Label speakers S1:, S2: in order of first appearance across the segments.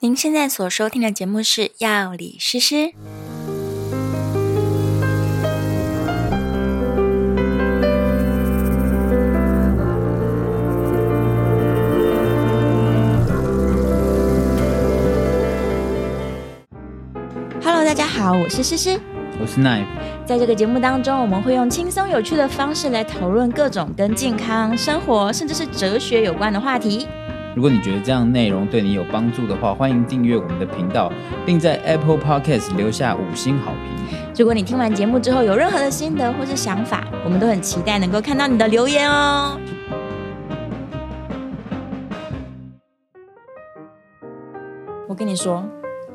S1: 您现在所收听的节目是《药理诗诗》。
S2: Hello，大家好，我是诗诗。
S3: 我是 Knife，
S2: 在这个节目当中，我们会用轻松有趣的方式来讨论各种跟健康、生活，甚至是哲学有关的话题。
S3: 如果你觉得这样内容对你有帮助的话，欢迎订阅我们的频道，并在 Apple Podcast 留下五星好评。
S2: 如果你听完节目之后有任何的心得或是想法，我们都很期待能够看到你的留言哦。我跟你说，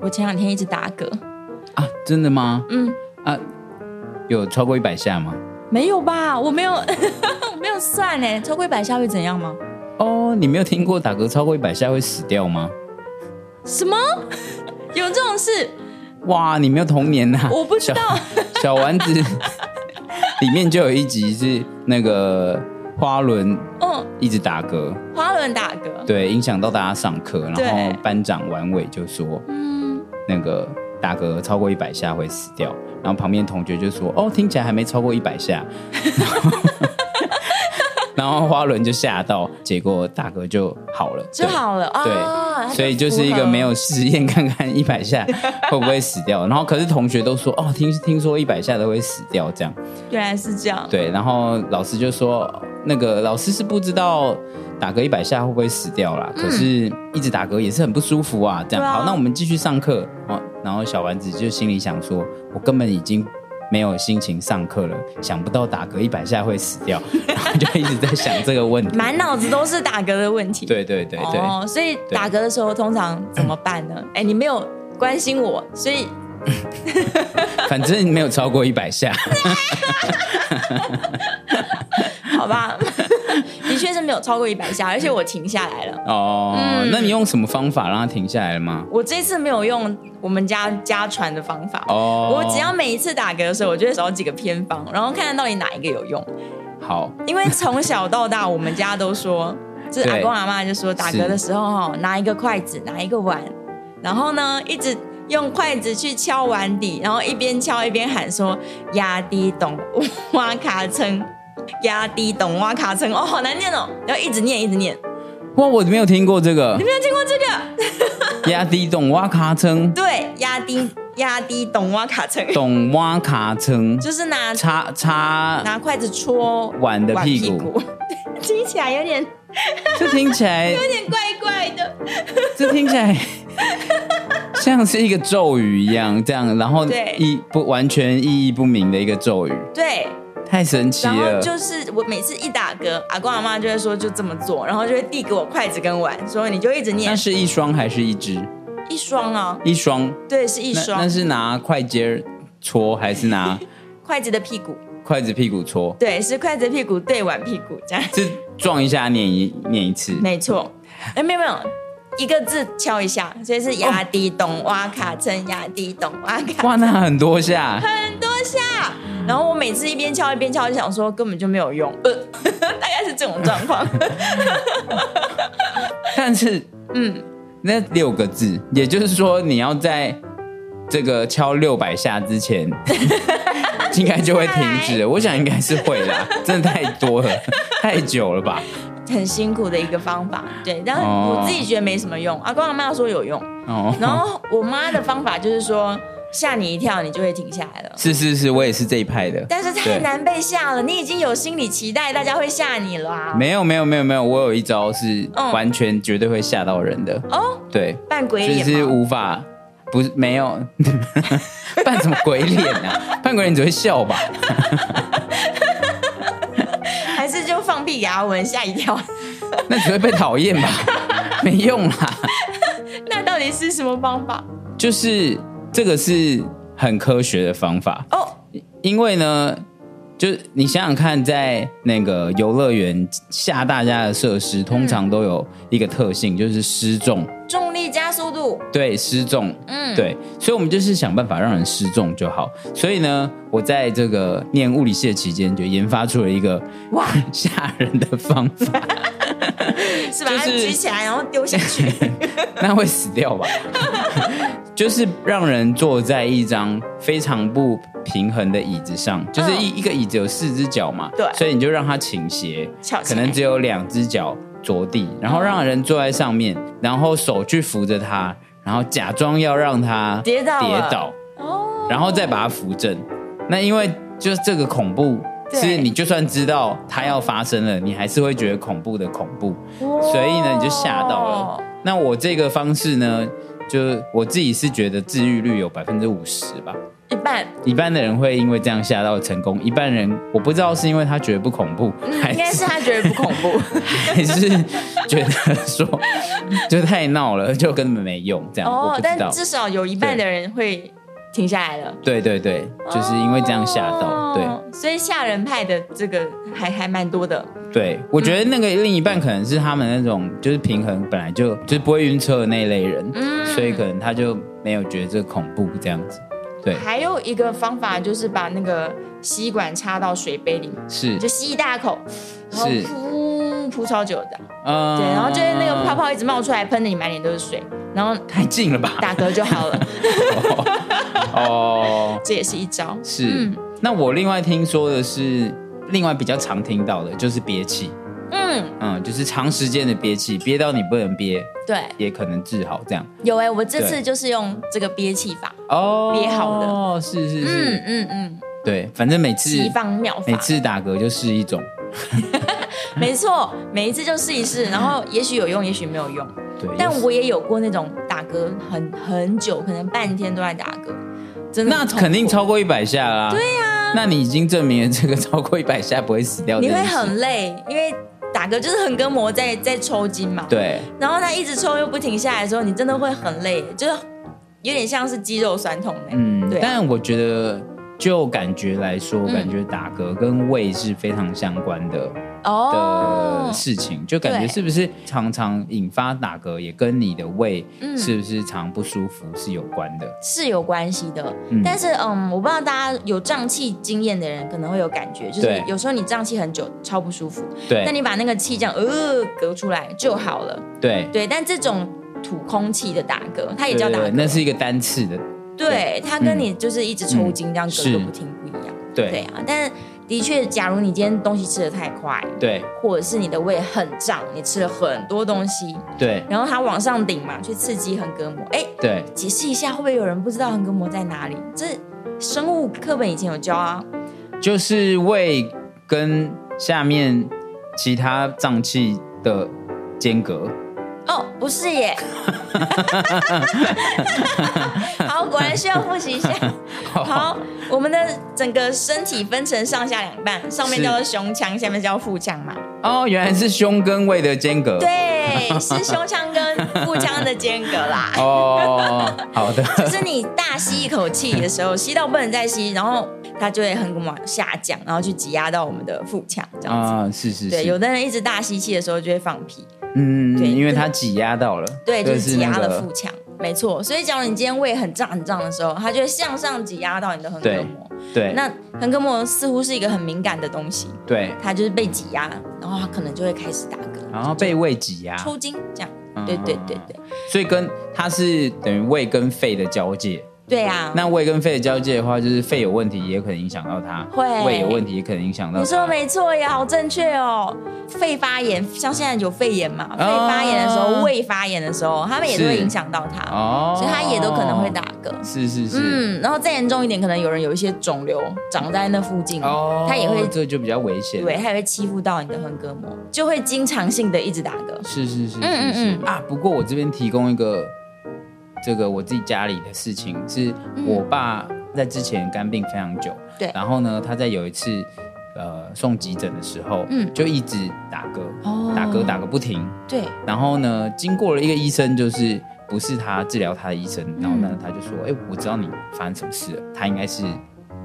S2: 我前两天一直打嗝，
S3: 啊，真的吗？
S2: 嗯，
S3: 有超过一百下吗？
S2: 没有吧？我没有， 我没有算呢。超过一百下会怎样吗？
S3: 哦，你没有听过打嗝超过一百下会死掉吗？
S2: 什么？ 有这种事？
S3: 哇，你没有童年呐、啊
S2: 我不知道。
S3: 小小丸 子里面就有一集是那个花轮
S2: 嗯，
S3: 一直打嗝，
S2: 滑轮打嗝。
S3: 对，影响到大家上课，然
S2: 对
S3: 后班长丸尾就说
S2: 嗯，
S3: 那个打嗝超过一百下会死掉，然后旁边同学就说：“哦，听起来还没超过一 百下。然后”然后花轮就吓到，结果打嗝就好了，
S2: 就好了
S3: 对
S2: 啊。
S3: 对。所以就是一个没有实验，看看一百下会不会死掉。然后可是同学都说：“哦，听听说一百下都会死掉。”这样
S2: 原来是这样。
S3: 对。然后老师就说：“那个老师是不知道。”打嗝一百下会不会死掉啦？可是一直打嗝也是很不舒服啊。这
S2: 嗯
S3: 样、
S2: 对啊
S3: 好，那我们继续上课哦。然后小丸子就心里想说，我根本已经没有心情上课了，想不到打嗝一百下会 死掉，然后就一直在想这个问题。
S2: 满脑子都是打嗝的问题。
S3: 对对对对，
S2: 哦，所以打嗝的时候通常怎么办 呢？哎，你没有关心我，所以
S3: 反正没有超过一 百下。
S2: 好吧， 的确是没有超过一百下，而且我停下来了。
S3: 哦，
S2: 嗯
S3: 那你用什么方法让它停下来了吗？
S2: 我这次没有用我们家家传的方法，
S3: 哦，
S2: 我只要每一次打嗝的时候，我就会找几个偏方，然后看看到底哪一个有用。
S3: 好
S2: 因为从小到大，我们家都说，就是阿
S3: 对
S2: 公阿妈就说，打嗝的时候哈，拿一个筷子，拿一个碗，然后呢，一直用筷子去敲碗底，然后一边敲一边喊说“压低懂哇卡称”。压低懂哇卡称哦，好难念哦！然后一直念，一直念。
S3: 哇，我没有听过这个
S2: 你没有听过这个？
S3: 压低懂挖卡称，
S2: 对，压低压低懂哇卡称，
S3: 懂挖卡称，
S2: 就是拿
S3: 叉叉
S2: 拿筷子戳
S3: 碗的
S2: 碗
S3: 屁股。
S2: 股 听起来有点有
S3: 这听起来，
S2: 点怪怪的。
S3: 这听起来 像是一个咒语一样，这样，然后
S2: 对
S3: 意不完全意义不明的一个咒语，
S2: 对，
S3: 太神奇
S2: 然后
S3: 了。
S2: 就是我每次一打嗝，阿公阿妈就会说就这么做，然后就会递给我筷子跟碗，说你就一直
S3: 那
S2: 念
S3: 是一双还是一只？
S2: 一双啊，
S3: 一双，
S2: 对，是一
S3: 那
S2: 双
S3: 那是拿筷尖儿戳还是 拿
S2: 筷子的屁股，
S3: 筷子屁股戳？
S2: 对，是筷子的屁股对碗屁股 这样，
S3: 是撞一下念一念一次。
S2: 没错，哎，没有没有。一个字敲一下，所以是压低咚哇卡称压低咚哇卡
S3: 哇，那很多下，
S2: 很多下。然后我每次一边敲一边敲，就想说根本就没有用，呃， 大概是这种状 况。
S3: 但是
S2: 嗯，
S3: 那六个字，也就是说你要在这个敲六百下 之前，应该就会停止了。我想应该是会啦，真的太多了， 太久了吧？
S2: 很辛苦的一个方法。对，但是
S3: 哦
S2: 我自己觉得没什么用，阿公阿妈说有用。然
S3: 哦，
S2: 后我妈的方法就是说，吓你一跳，你就会停下来了。
S3: 是是是，我也是这一派的。
S2: 但是太
S3: 对
S2: 难被吓了，你已经有心理期待，大家会吓你了啊！
S3: 没有没有没有没有，我有一招是
S2: 嗯
S3: 完全绝对会吓到人的，
S2: 哦，
S3: 对，
S2: 扮鬼
S3: 就
S2: 脸
S3: 是
S2: 吗？
S3: 无法。不是没有， 扮什么鬼脸啊？扮鬼脸只会笑吧？
S2: 还是就放屁给他闻，吓一跳？
S3: 那只会被讨厌吧？没用啦。
S2: 那到底是什么方法？
S3: 就是这个是很科学的方法，
S2: 哦，
S3: 因为呢，就是你想想看，在那个游乐园吓大家的设施，通常都有一个特性，就是失重，
S2: 重力加速度，
S3: 对，失重。
S2: 嗯，，
S3: 对，所以我们就是想办法让人失重就好。所以呢，我在这个 念物理系的期间，就研发出了一个
S2: 哇，
S3: 吓人的方法。
S2: 是把
S3: 就
S2: 它
S3: 是
S2: 举起来，然后丢下去。
S3: 那会死掉吧？ 就是让人坐在一张非常不平衡的椅子上，就是一、一个椅子有四只脚嘛，
S2: 嗯对
S3: 所以你就让它倾斜
S2: 翘，起
S3: 可
S2: 来嗯
S3: 能只有两只脚着地，然后让人坐在上面，然后手去扶着它，然后假装要让它
S2: 跌倒了
S3: 跌倒，
S2: 哦，
S3: 然后再把它扶正。那因为就是这个恐怖。
S2: 对
S3: 是你就算知道它要发生了，你还是会觉得恐怖的恐怖。所
S2: 所
S3: 以呢，你就吓到了。。那我这个方式呢，就我自己是觉得治愈率有百分之五十吧。
S2: 一半
S3: 一半的人会因为这样吓到成功，一半人我不知道是因为他觉得不恐怖， 还
S2: 嗯应该是
S3: 是
S2: 他觉得不恐 怖，
S3: 还是觉得说就太闹了，就根本没用这样。我
S2: 哦
S3: 不，知道
S2: 但，至少有一半的人会停下来了，
S3: 对对对，就是因为这样吓到。对
S2: 对，哦所以吓人派的这个还还蛮多的，
S3: 对，我觉
S2: 嗯
S3: 得那个另一半可能是他们那种就是平衡本来就就是不会晕车的那一类人，
S2: 嗯
S3: 所以可能他就没有觉得这恐怖这样子。对，
S2: 还有一个方法就是把那个吸管插到水杯里面，
S3: 是
S2: 你就吸一大口，然后
S3: 是
S2: 噗噗超久的，
S3: 嗯，
S2: 对，然后就是那个泡泡一直冒出来，喷的你满脸都是水，然后
S3: 太近了吧？
S2: 打嗝就好 了，
S3: 哦，
S2: 这也是一招。
S3: 是。
S2: 嗯
S3: 那我另外听说的是，另外比较常听到的就是憋气，
S2: 嗯，
S3: 嗯，就是长时间的憋气，憋到你不能憋，
S2: 对，
S3: 也可能治好这样。
S2: 有哎、我这次
S3: 对
S2: 就是用这个憋气法，
S3: 哦，
S2: 憋好的
S3: 哦，是是是，
S2: 嗯嗯嗯，
S3: 对，反正每次
S2: 奇方妙
S3: 每
S2: 法，
S3: 次打嗝就是一种，
S2: 没错，每一次就试一试，然后也许有用，也许没有用，
S3: 对，
S2: 但
S3: 也是
S2: 我也有过那种打嗝很很久，可能半天都在打嗝，真的
S3: 那
S2: 很痛苦啊
S3: 肯定超过一百下啦。对呀、那你已经证明了这个超过一百下不会死掉的
S2: 你
S3: 事情，
S2: 会很累，因为打嗝就是横膈膜在在抽筋嘛，
S3: 对，
S2: 然后它一直抽又不停下来的时候，你真的会很累，就是有点像是肌肉酸痛呢。
S3: 嗯，
S2: 对啊、
S3: 但我觉得就感觉来说，
S2: 嗯
S3: 感觉打嗝跟胃是非常相关的、
S2: 哦
S3: 的，事情，就感觉
S2: 对
S3: 是不是常常引发打嗝，也跟你的胃
S2: 嗯
S3: 是不是常不舒服是有关的。
S2: 是有关系的。
S3: 嗯
S2: 但是嗯，我不知道大家有胀气经验的人可能会有感觉，就是
S3: 对
S2: 有时候你胀气很久超不舒服，但
S3: 对
S2: 你把那个气这样呃隔出来就好了。
S3: 对
S2: 对，但这种吐空气的打嗝，它也
S3: 对
S2: 叫打
S3: 对，
S2: 嗝，
S3: 那是一个单次的，
S2: 对它跟你就是一直抽筋这样
S3: 嗯
S2: 隔个
S3: 是
S2: 不停不一样。对
S3: 对
S2: 啊，但的确，假如你今天东西吃的太快，
S3: 对
S2: 或者是你的胃很胀，你吃了很多东西，
S3: 对
S2: 然后它往上顶嘛，去刺激横膈膜。哎，
S3: 对，
S2: 解释一下，会不会有人不知道横膈膜在哪里？这生物课本以前有教啊。
S3: 就是胃跟下面其他脏器的间隔，
S2: 哦，不是 耶。好，果然需要复习 一下。好，我们的整个身体分成上下两半，上面
S3: 是
S2: 叫做胸腔，下面叫腹腔嘛。
S3: 哦，原来是胸跟胃的间隔，
S2: 对，是胸腔跟腹腔的间隔 啦。
S3: 哦，好的。
S2: 就是你大吸一口气的时候，吸到不能再吸，然后它就会横膈膜下降，然后去挤压到我们的腹腔，这样子。
S3: 啊、是是是，
S2: 对，有的人一直大吸气的时候就会放屁，
S3: 嗯，
S2: 对
S3: 因为
S2: 这个
S3: 它挤压到了，
S2: 对，就是挤压
S3: 那
S2: 了
S3: 个
S2: 腹腔，没错。所以，假如你今天胃很胀很胀的时候，它就会向上挤压到你的横膈膜。
S3: 对，
S2: 那横膈膜似乎是一个很敏感的东西，
S3: 对，
S2: 它就是被挤压，然后它可能就会开始打嗝，
S3: 然后被胃挤压，
S2: 抽筋这样。
S3: 嗯
S2: 对对对对，
S3: 所以跟它是等于胃跟肺的交界。
S2: 对啊。
S3: 那胃跟肺的交界的话，就是肺有问题也可能影响到它，
S2: 会
S3: 胃有问题也可能影响到它。
S2: 你说的没错呀，好正确哦。肺发炎，像现在有肺炎嘛，肺发炎的时候，胃发炎的时候，他们也都会
S3: 哦是
S2: 影响到他，
S3: 哦，
S2: 所以他也都可能会打。嗝。
S3: 是是是，
S2: 嗯，然后再严重一点，可能有人有一些肿瘤长在那附近，
S3: 哦，
S2: 他也会
S3: 这就比较危险。
S2: 对，，他也会欺负到你的横膈膜，就会经常性的一直打嗝。
S3: 是是是是是
S2: 嗯嗯嗯
S3: 啊。不过我这边提供一个这个我自己家里的事情，是我爸在之前肝病非常久，
S2: 嗯对
S3: 然后呢，他在有一次呃送急诊的时候，
S2: 嗯
S3: 就一直打嗝，
S2: 哦
S3: 打嗝打个不停，
S2: 对，
S3: 然后呢，经过了一个医生，就是不是他治疗他的医生，然后呢，
S2: 嗯
S3: 他就说：“哎、我知道你发生什么事了，他应该是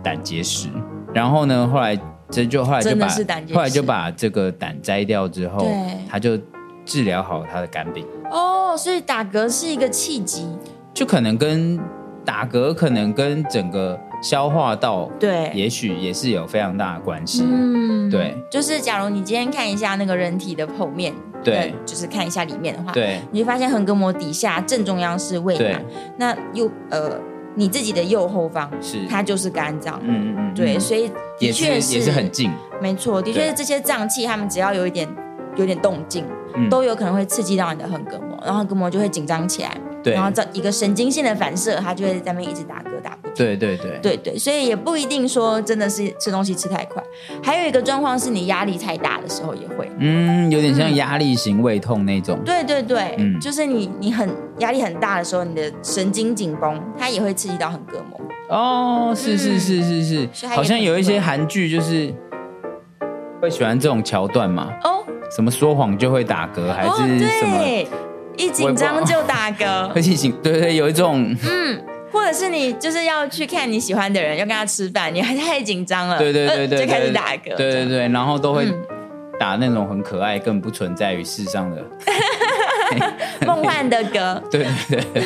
S3: 胆结石。”然后呢，后来这就后来就
S2: 真的
S3: 把
S2: 是胆结石
S3: 后来就把这个胆摘掉之后
S2: 对，
S3: 他就治疗好他的肝病，
S2: 哦，所以打嗝是一个契机，
S3: 就可能跟打嗝，可能跟整个消化道，
S2: 对，
S3: 也许也是有非常大的关系。
S2: 嗯
S3: 对，
S2: 就是假如你今天看一下那个人体的剖面，
S3: 对
S2: 就是看一下里面的话，
S3: 对
S2: 你会发现横膈膜底下正中央是胃
S3: 对
S2: 嘛，那右呃你自己的右后方
S3: 是，
S2: 它就是肝脏，
S3: 嗯嗯嗯，
S2: 对，
S3: 嗯
S2: 所以的
S3: 也
S2: 确
S3: 是也是很近，
S2: 没
S3: 嗯
S2: 错，的确是这些脏器，它们只要有一点有点动静，
S3: 嗯
S2: 都有可能会刺激到你的横膈膜，然后横膈膜就会紧张起来，
S3: 对
S2: 然后这一个神经性的反射，它就会在那边一直打嗝打不停。
S3: 对对对，
S2: 对对，所以也不一定说真的是吃东西吃太快，还有一个状况是你压力太大的时候也会。
S3: 嗯，有点像
S2: 嗯
S3: 压力型胃痛那种，
S2: 对对对，
S3: 嗯
S2: 就是你你很压力很大的时候，你的神经紧绷，它也会刺激到横膈膜。
S3: 哦，是是
S2: 嗯
S3: 是是是，
S2: 所以它也
S3: 好像有一些
S2: 很
S3: 韩剧就是会喜欢这种桥段嘛，
S2: 哦
S3: 什么说谎就会打嗝，还
S2: 哦，
S3: 是什么，
S2: 对，一紧张就打嗝。
S3: 会进行，对对，有一种，
S2: 嗯，或者是你就是要去看你喜欢的人，要跟他吃饭，你还太紧张了，
S3: 对对对
S2: 呃
S3: 对，
S2: 就开始
S3: 对
S2: 打嗝，
S3: 对对对，然后都会
S2: 嗯
S3: 打那种很可爱，根本不存在于世上的，
S2: 对，梦幻的嗝，
S3: 对对对，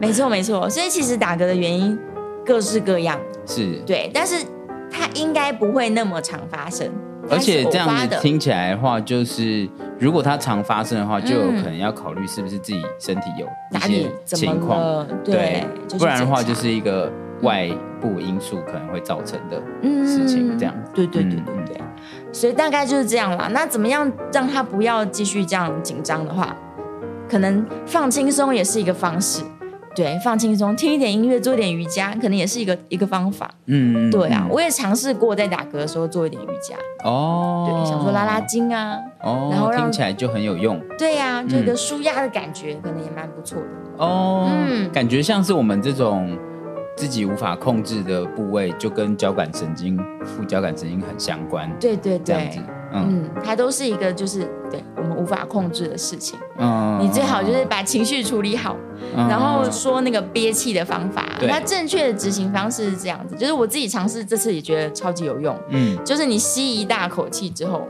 S2: 没错没错，所以其实打嗝的原因各式各样，
S3: 是，
S2: 对，但是它应该不会那么常发生，
S3: 而且
S2: 它是偶
S3: 这样
S2: 发
S3: 子
S2: 的，
S3: 听起来的话，就是如果它常发生的话，就有可能要考虑是不是自己身体有一
S2: 嗯哪里
S3: 些
S2: 怎么
S3: 情况，
S2: 了？
S3: 对
S2: 对，就，去
S3: 不然的话
S2: 检查
S3: 就是一个外部因素可能会造成的。
S2: 嗯
S3: 事情这样
S2: 对对对
S3: 嗯
S2: 对对，所以大概就是这样啦。那怎么样让他不要继续这样紧张的话，可能放轻松也是一个方式。对，放轻松，听一点音乐，做一点瑜伽，可能也是一个一个方法。
S3: 嗯，嗯
S2: 对啊，
S3: 嗯
S2: 我也尝试过在打嗝的时候做一点瑜伽，
S3: 哦，
S2: 对，想说拉拉，筋啊，
S3: 哦，
S2: 然后让
S3: 听起来就很有用
S2: 对呀、啊，
S3: 嗯
S2: 就一个舒压的感觉，可能也蛮不错的。
S3: 哦，
S2: 嗯
S3: 感觉像是我们这种自己无法控制的部位，就跟交感神经、副交感神经很相关，
S2: 对对
S3: 这样
S2: 对
S3: 子，，嗯
S2: 嗯，它都是一个就是对我们无法控制的事情。
S3: 嗯，
S2: 你最好就是把情绪处理好，
S3: 嗯，
S2: 然后
S3: 嗯
S2: 说那个憋气的方法，
S3: 对
S2: 那正确的执行方式是这样子，就是我自己尝试这次也觉得超级有用，
S3: 嗯，
S2: 就是你吸一大口气之后，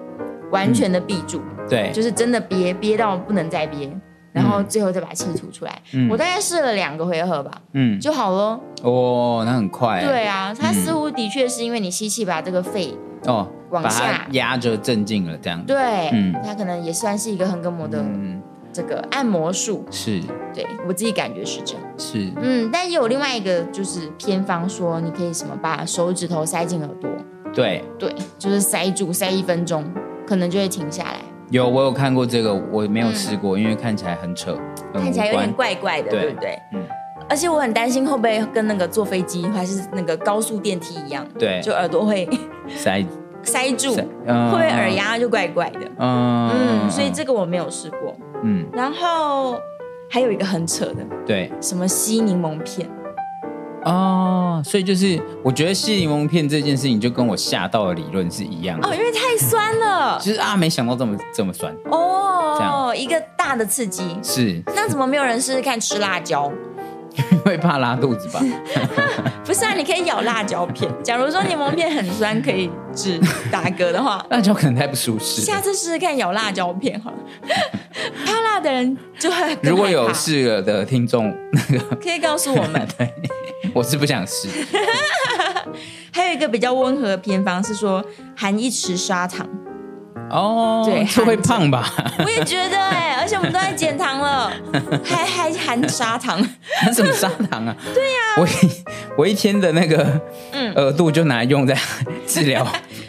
S2: 完全的闭住，
S3: 嗯对，
S2: 就是真的憋憋到不能再憋，然后最后再把气吐出来。
S3: 嗯
S2: 我大概试了两个回合吧，
S3: 嗯，
S2: 就好了。
S3: 哦，那很快欸，
S2: 对啊，它似乎的确是因为你吸气把这个肺，
S3: 哦，
S2: 往
S3: 把
S2: 下
S3: 它压着镇静了，这样，
S2: 对，
S3: 嗯
S2: 它可能也算是一个横膈膜的
S3: 嗯，
S2: 这个按摩术，
S3: 是
S2: 对我自己感觉是这样。
S3: 是，
S2: 嗯，但也有另外一个就是偏方说，你可以什么把手指头塞进耳朵，
S3: 对，
S2: 对，就是塞住，塞一分钟，可能就会停下来，
S3: 有我有看过这个，我没有试过，因为看起来很扯，很
S2: 嗯看起来有
S3: 无关
S2: 点怪怪的，
S3: 对
S2: 对不对？
S3: 嗯
S2: 而且我很担心会不会跟那个坐飞机还是那个高速电梯一样，
S3: 对
S2: 就耳朵会
S3: 塞，
S2: 塞住，
S3: 塞
S2: 会
S3: 嗯
S2: 不会耳压就怪怪的？
S3: 嗯
S2: 嗯，所以这个我没有试过。
S3: 嗯，
S2: 然后还有一个很扯的，
S3: 对，
S2: 什么吸柠檬片，
S3: 哦，所以就是我觉得吸柠檬片这件事情就跟我吓到的理论是一样的，
S2: 哦，因为太酸了
S3: 就是啊，没想到这么这么酸，这
S2: 哦，
S3: 样
S2: 一个大的刺激，
S3: 是
S2: 那怎么没有人试试看吃辣椒？
S3: 因为怕拉肚子吧？，
S2: 不是啊，你可以咬辣椒片。假如说柠檬片很酸，可以治打嗝的话
S3: 那就可能太不舒适
S2: 下
S3: 了。
S2: 次试试看咬辣椒片好了。 怕辣的人就会更害怕
S3: 如果有，试了的听众，
S2: 可以告诉我 们。
S3: 我是不想试。
S2: 还有一个比较温和的偏方是说含一匙砂糖，
S3: 哦，
S2: 对
S3: 这会胖吧？
S2: 我也觉得哎、而且我们都在减糖了，还还含砂糖，
S3: 那 什么砂糖啊？对呀、我一我一天的那个
S2: 嗯
S3: 额度就拿来用在治 疗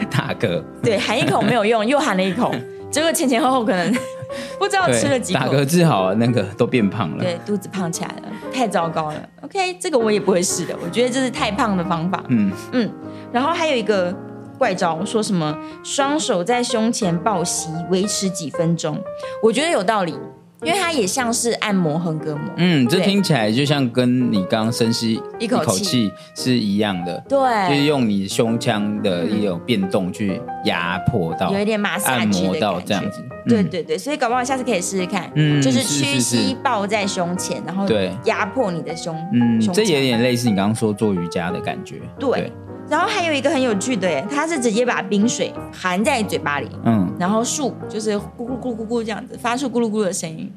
S3: 打嗝，
S2: 对，含一口没有用，又含了一口，结果前前后后可能 不知道哦吃了几
S3: 打
S2: 口。
S3: 嗝治好了那个都变胖了。
S2: 对，肚子胖起来了，太糟糕了。OK，这个我也不会试的，我觉得这是太胖的方法。
S3: 嗯，
S2: 嗯，然后还有一个怪招，说什么双手在胸前抱膝，维持几分钟，我觉得有道理，因为它也像是按摩横膈膜。
S3: 嗯，这
S2: 对
S3: 听起来就像跟你刚刚深吸
S2: 一口气
S3: 气是一样的，就是
S2: 对，
S3: 用你胸腔的一种变动去压迫到，
S2: 有一点马萨
S3: 按
S2: 吉
S3: 摩
S2: 的
S3: 到
S2: 感
S3: 这
S2: 觉
S3: 样。子。嗯
S2: 对，对对，所以搞不好下次可以试试看，
S3: 嗯
S2: 就是
S3: 是是
S2: 屈膝抱在胸前，然后
S3: 对
S2: 压迫你的胸，
S3: 嗯，
S2: 胸
S3: 这有
S2: 腔
S3: 点类似你刚刚说做瑜伽的感觉。
S2: 对，然后还有一个很有趣的耶，它是直接把冰水含在嘴巴里，
S3: 嗯，
S2: 然后树就是咕咕咕咕咕这样子，发出咕噜咕噜的声音。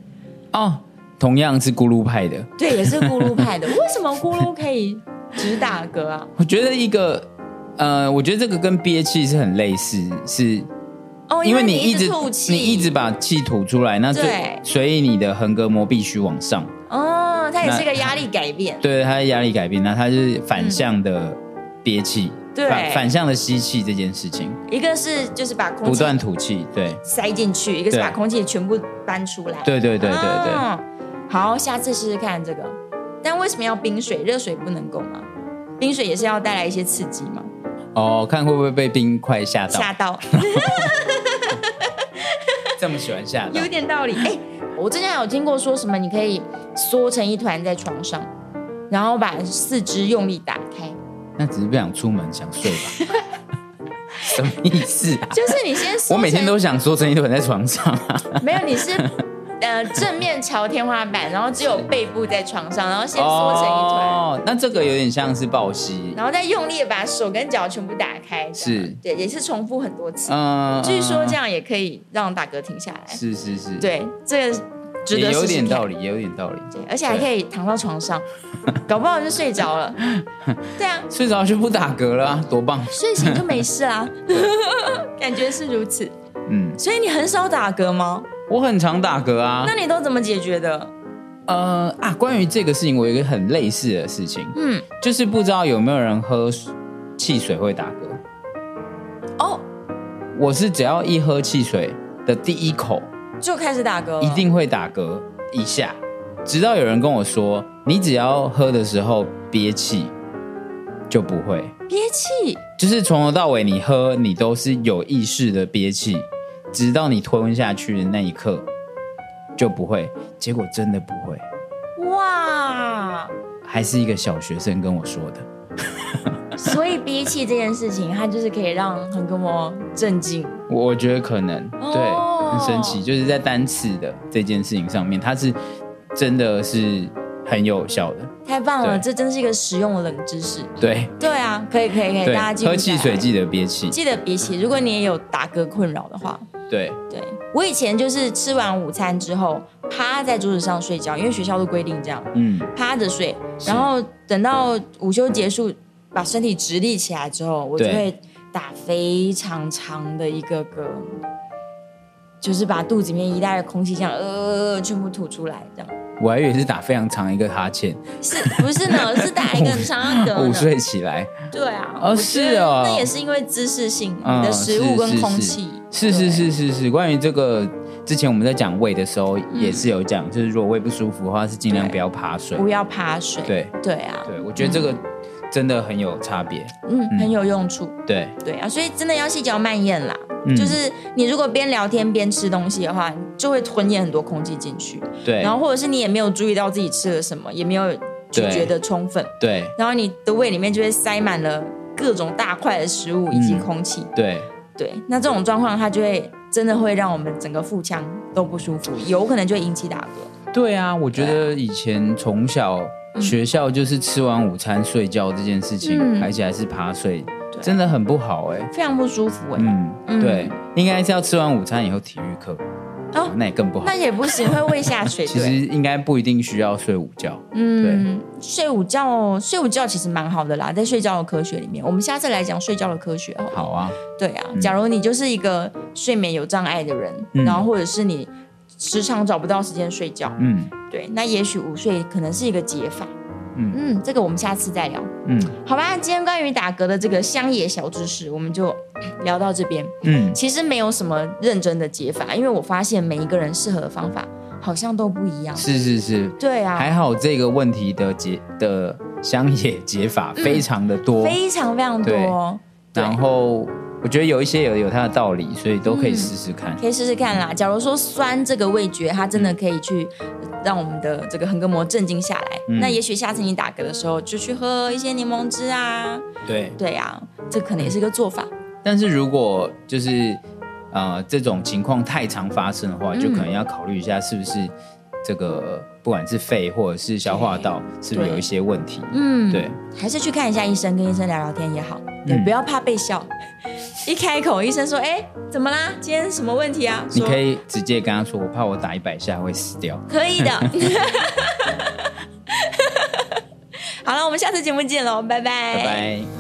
S3: 哦，同样是咕噜派的，
S2: 对，也是咕噜派 的。为什么咕噜可以直打嗝啊？
S3: 我觉得一个，呃，我觉得这个跟憋气是很类似，是
S2: 哦，
S3: 因
S2: 为
S3: 为你一
S2: 直
S3: 直
S2: 吐气，
S3: 你一直把气吐出来，那所
S2: 对
S3: 所以你的横膈膜必须往上，
S2: 哦，它也是一个压力改变，
S3: 对它的压力改变，那它就是反向的憋气，
S2: 嗯对
S3: 反反向的吸气这件事情，
S2: 一个是就是把空
S3: 不
S2: 气
S3: 断吐气，对
S2: 塞进去，一个是
S3: 对
S2: 把空气全部搬出来。
S3: 对对对对对，
S2: 哦好，下次试试看这个。但为什么要冰水？热水不能够吗？冰水也是要带来一些刺激嘛，
S3: 哦，看会不会被冰块吓到，
S2: 吓到，
S3: 这么喜欢吓到
S2: 有，点 道理。哎、我之前有听过说什么，你可以缩成一团在床上，然后把四肢用力打开，
S3: 那只是不想出门，想睡吧， 什么意思啊？
S2: 就是你先缩成，
S3: 我每天都想说成一团在床上啊，
S2: 没有，你是 呃正面朝天花板，然后只有背部在床上，然后先缩成一团。
S3: 哦，那这个有点像是抱膝，
S2: 然后再用力地把手跟脚全部打开，这样
S3: 是
S2: 对，也是重复很多次。
S3: 嗯，
S2: 据说这
S3: 样，
S2: 样也可以让打嗝停下来。
S3: 是是是，。
S2: 对，这个值
S3: 也
S2: 得
S3: 有
S2: 试试
S3: 点
S2: 看
S3: 道。理，也有点道理。
S2: 对，而且还可以躺到床 上，搞不好就睡着了。对啊，
S3: 睡着就不打嗝了啊、多棒！
S2: 睡醒就没事 啦，感觉是如此。
S3: 嗯，
S2: 所以你很少打嗝吗？
S3: 我很常打嗝啊
S2: 那。你都怎么解决的？
S3: 呃啊，关于这个事情，我有一个很类似的事情，
S2: 嗯，
S3: 就是不知道有没有人喝汽水会打嗝。
S2: 哦，
S3: 我是只要一喝汽水的第一口，
S2: 就开始打嗝了。
S3: 一定会打嗝一下，直到有人跟我说，你只要喝的时候憋气，就不会。
S2: 憋气，
S3: 就是从头到尾你喝，你都是有意识的憋气，直到你吞下去的那一刻就不会。结果真的不会，
S2: 哇！
S3: 还是一个小学生跟我说的。
S2: 所以憋气这件事情，它就是可以让横膈膜镇静。
S3: 我我觉得可能对，
S2: 哦
S3: 很神奇，就是在单次的这件事情上面，它是真的是很有效的。
S2: 太棒了，
S3: 对
S2: 这真是一个实用的冷知识。
S3: 对
S2: 对啊，可以可以可以，
S3: 对
S2: 大家，记录
S3: 喝
S2: 下
S3: 汽
S2: 来
S3: 水记得憋气。
S2: 记得别气。如果你也有打嗝困扰的话，
S3: 对，
S2: 对我以前就是吃完午餐之后趴在桌子上睡觉，因为学校都规定这样
S3: 嗯，
S2: 趴着睡，
S3: 是
S2: 然后等到午休结束，把身体直立起来之后，我就
S3: 对
S2: 会打非常长的一个嗝。就是把肚子里面一袋的空气这样呃全部吐出来，这样
S3: 我还以为是打非常长一个哈欠，
S2: 是不是呢？ 是打一个很长 的嗝
S3: 午
S2: 呢。
S3: 睡起来。
S2: 对啊，
S3: 哦
S2: 我觉得
S3: 是哦
S2: 那也是因为知识性嘛，
S3: 嗯
S2: 你的食物跟
S3: 是
S2: 空气，
S3: 是是
S2: 对，
S3: 是是是，关于这个，之前我们在讲胃的时候也是有
S2: 嗯
S3: 讲，就是如果胃不舒服的话，是尽量不要爬水。
S2: 不要趴水，
S3: 对
S2: 啊，
S3: 对，我觉得这个真的很有差别。
S2: 嗯，很有用处，
S3: 对，
S2: 对啊，所以真的要细嚼慢咽啦。
S3: 嗯
S2: 就是你如果边聊天边吃东西的话，你就会吞咽很多空气进去，
S3: 对，
S2: 然后或者是你也没有注意到自己吃了什么，也没有咀嚼的充分，
S3: 对
S2: 然后你的胃里面就会塞满了各种大块的食物以及
S3: 嗯
S2: 空气，
S3: 对，
S2: 对，那这种状况它就会真的会让我们整个腹腔都不舒服，有可能就会引起打嗝。
S3: 对啊，我觉
S2: 对
S3: 得以前从小学校就是吃完午餐睡觉这件事
S2: 嗯
S3: 情，而且还是趴睡
S2: 对，
S3: 真的很不好哎。
S2: 非常不舒服哎、嗯
S3: 嗯，对，应该是要吃完午餐以后体育课，
S2: 哦
S3: 那也更不好
S2: 那。也不行，会胃下垂。
S3: 其实
S2: 对，
S3: 应该不一定需要睡午觉。
S2: 嗯，睡午觉，睡午觉其实蛮好的啦，在睡觉的科学里面，我们下次来讲睡觉的科学哦。
S3: 好啊，
S2: 对啊，假如你就是一个睡眠有障碍的人，
S3: 嗯
S2: 然后或者是你时常找不到时间睡觉，
S3: 嗯
S2: 对，那也许午睡可能是一个解法。
S3: 嗯
S2: 嗯，这个我们下次再聊，
S3: 嗯
S2: 好吧？今天关于打嗝的这个乡野小知识，我们就聊到这边。
S3: 嗯，
S2: 其实没有什么认真的解法，因为我发现每一个人适合的方法好像都不一样。
S3: 是是是，
S2: 对啊，
S3: 还好这个问题的解的乡野解法非常的多，
S2: 嗯非常非常多哦，对
S3: 然后我觉得有一些有有它的道理，所以都可以试试看。
S2: 可以试试看啦。假如说酸这个味觉，它真的可以去让我们的这个横膈膜镇静下来，
S3: 嗯
S2: 那也许下次你打嗝的时候就去喝一些柠檬汁啊。
S3: 对，
S2: 对啊，这可能也是个做法。
S3: 但是如果就是呃这种情况太常发生的话，
S2: 嗯
S3: 就可能要考虑一下是不是这个不管是肺或者是消化道是不是有一些问题。
S2: 嗯，
S3: 对，
S2: 还是去看一下医生，跟医生聊聊天也好。对，
S3: 嗯
S2: 不要怕被笑。 一开口，医生说：“哎、怎么啦？今天什么问题啊？”
S3: 你
S2: 说
S3: 可以直接跟他说，我怕我打一百下会死掉。
S2: 可以 的。好了，我们下次节目见喽，拜拜，
S3: 拜拜。